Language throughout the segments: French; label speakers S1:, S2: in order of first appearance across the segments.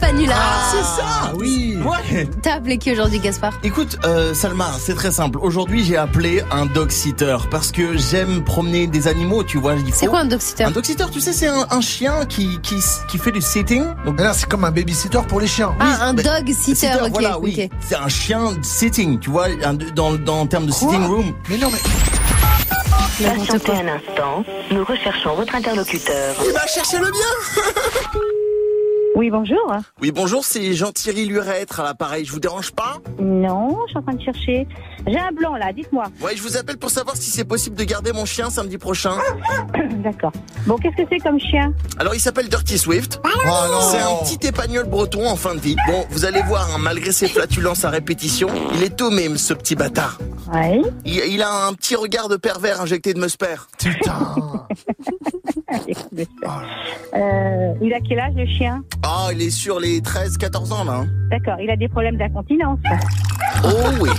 S1: venu là.
S2: Ah, c'est ça, oui.
S1: Ouais. T'as appelé qui aujourd'hui, Gaspard
S2: Écoute, euh, Salma, c'est très simple. Aujourd'hui, j'ai appelé un dog sitter parce que j'aime promener des animaux, tu vois. il
S1: C'est
S2: faut-
S1: quoi un dog sitter
S2: Oh. Un dog sitter, tu sais, c'est un, un chien qui, qui, qui fait du sitting. Donc,
S3: Mais Là, c'est comme un babysitter pour les chiens.
S1: Ah, un
S2: bah,
S1: dog Ah, sitter,
S2: sitter,
S1: ok.
S2: voilà, oui.
S1: ok.
S2: C'est un chien de sitting, tu vois, un- dans, dans, en termes de sitting room.
S3: Mais non, mais
S1: N'importe
S4: Patientez
S1: quoi.
S4: un instant, nous recherchons votre interlocuteur.
S1: Eh
S2: Il
S1: ben,
S2: va chercher le bien
S5: Oui, bonjour.
S2: Oui, bonjour, c'est Jean-Thierry Lurêtre à l'appareil, je vous dérange pas
S5: Non, je suis en train de chercher. J'ai un blanc là, dites-moi.
S2: Ouais, je vous appelle pour savoir si c'est possible de garder mon chien samedi prochain.
S5: D'accord. Bon, qu'est-ce que c'est comme chien
S2: Alors, il s'appelle Dirty Swift.
S3: Oh non.
S2: Ah. C'est un petit épagnol breton en fin de vie. Bon, vous allez voir, hein, malgré ses flatulences à répétition, il est au même, ce petit bâtard.
S5: Oui.
S2: Il, il a un petit regard de pervers injecté de musper.
S3: putain.
S5: Euh, il a quel âge le chien
S2: Ah, il est sur les 13-14 ans, là. hein.
S5: D'accord, il a des problèmes d'incontinence.
S2: Oh oui.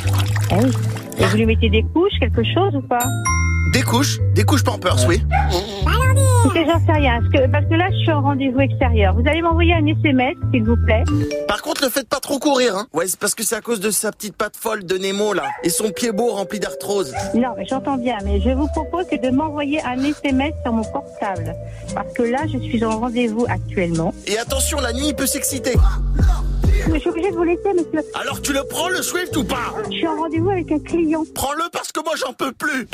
S5: Ah oui. Et vous lui mettez des couches, quelque chose ou pas
S2: Des couches, des couches Pampers, oui.
S5: Écoutez, j'en sais rien. Parce que, parce que là, je suis en rendez-vous extérieur. Vous allez m'envoyer un SMS, s'il vous plaît.
S2: Par contre, le faites pas trop courir, hein. Ouais, c'est parce que c'est à cause de sa petite patte folle de Nemo, là. Et son pied beau rempli d'arthrose.
S5: Non, mais j'entends bien, mais je vous propose que de m'envoyer un SMS sur mon portable. Parce que là, je suis en rendez-vous actuellement.
S2: Et attention, la nuit, il peut s'exciter.
S5: Mais Je suis obligée de vous laisser, monsieur.
S2: Alors, tu le prends, le Swift, ou pas
S5: Je suis en rendez-vous avec un client.
S2: Prends-le parce que moi, j'en peux plus.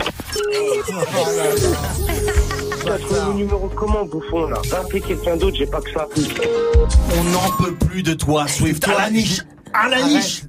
S6: T'as trouvé mon numéro comment, bouffon, là Va appeler quelqu'un d'autre, j'ai pas que ça.
S2: On n'en peut plus de toi, Swift. À Ah, la niche. À la niche.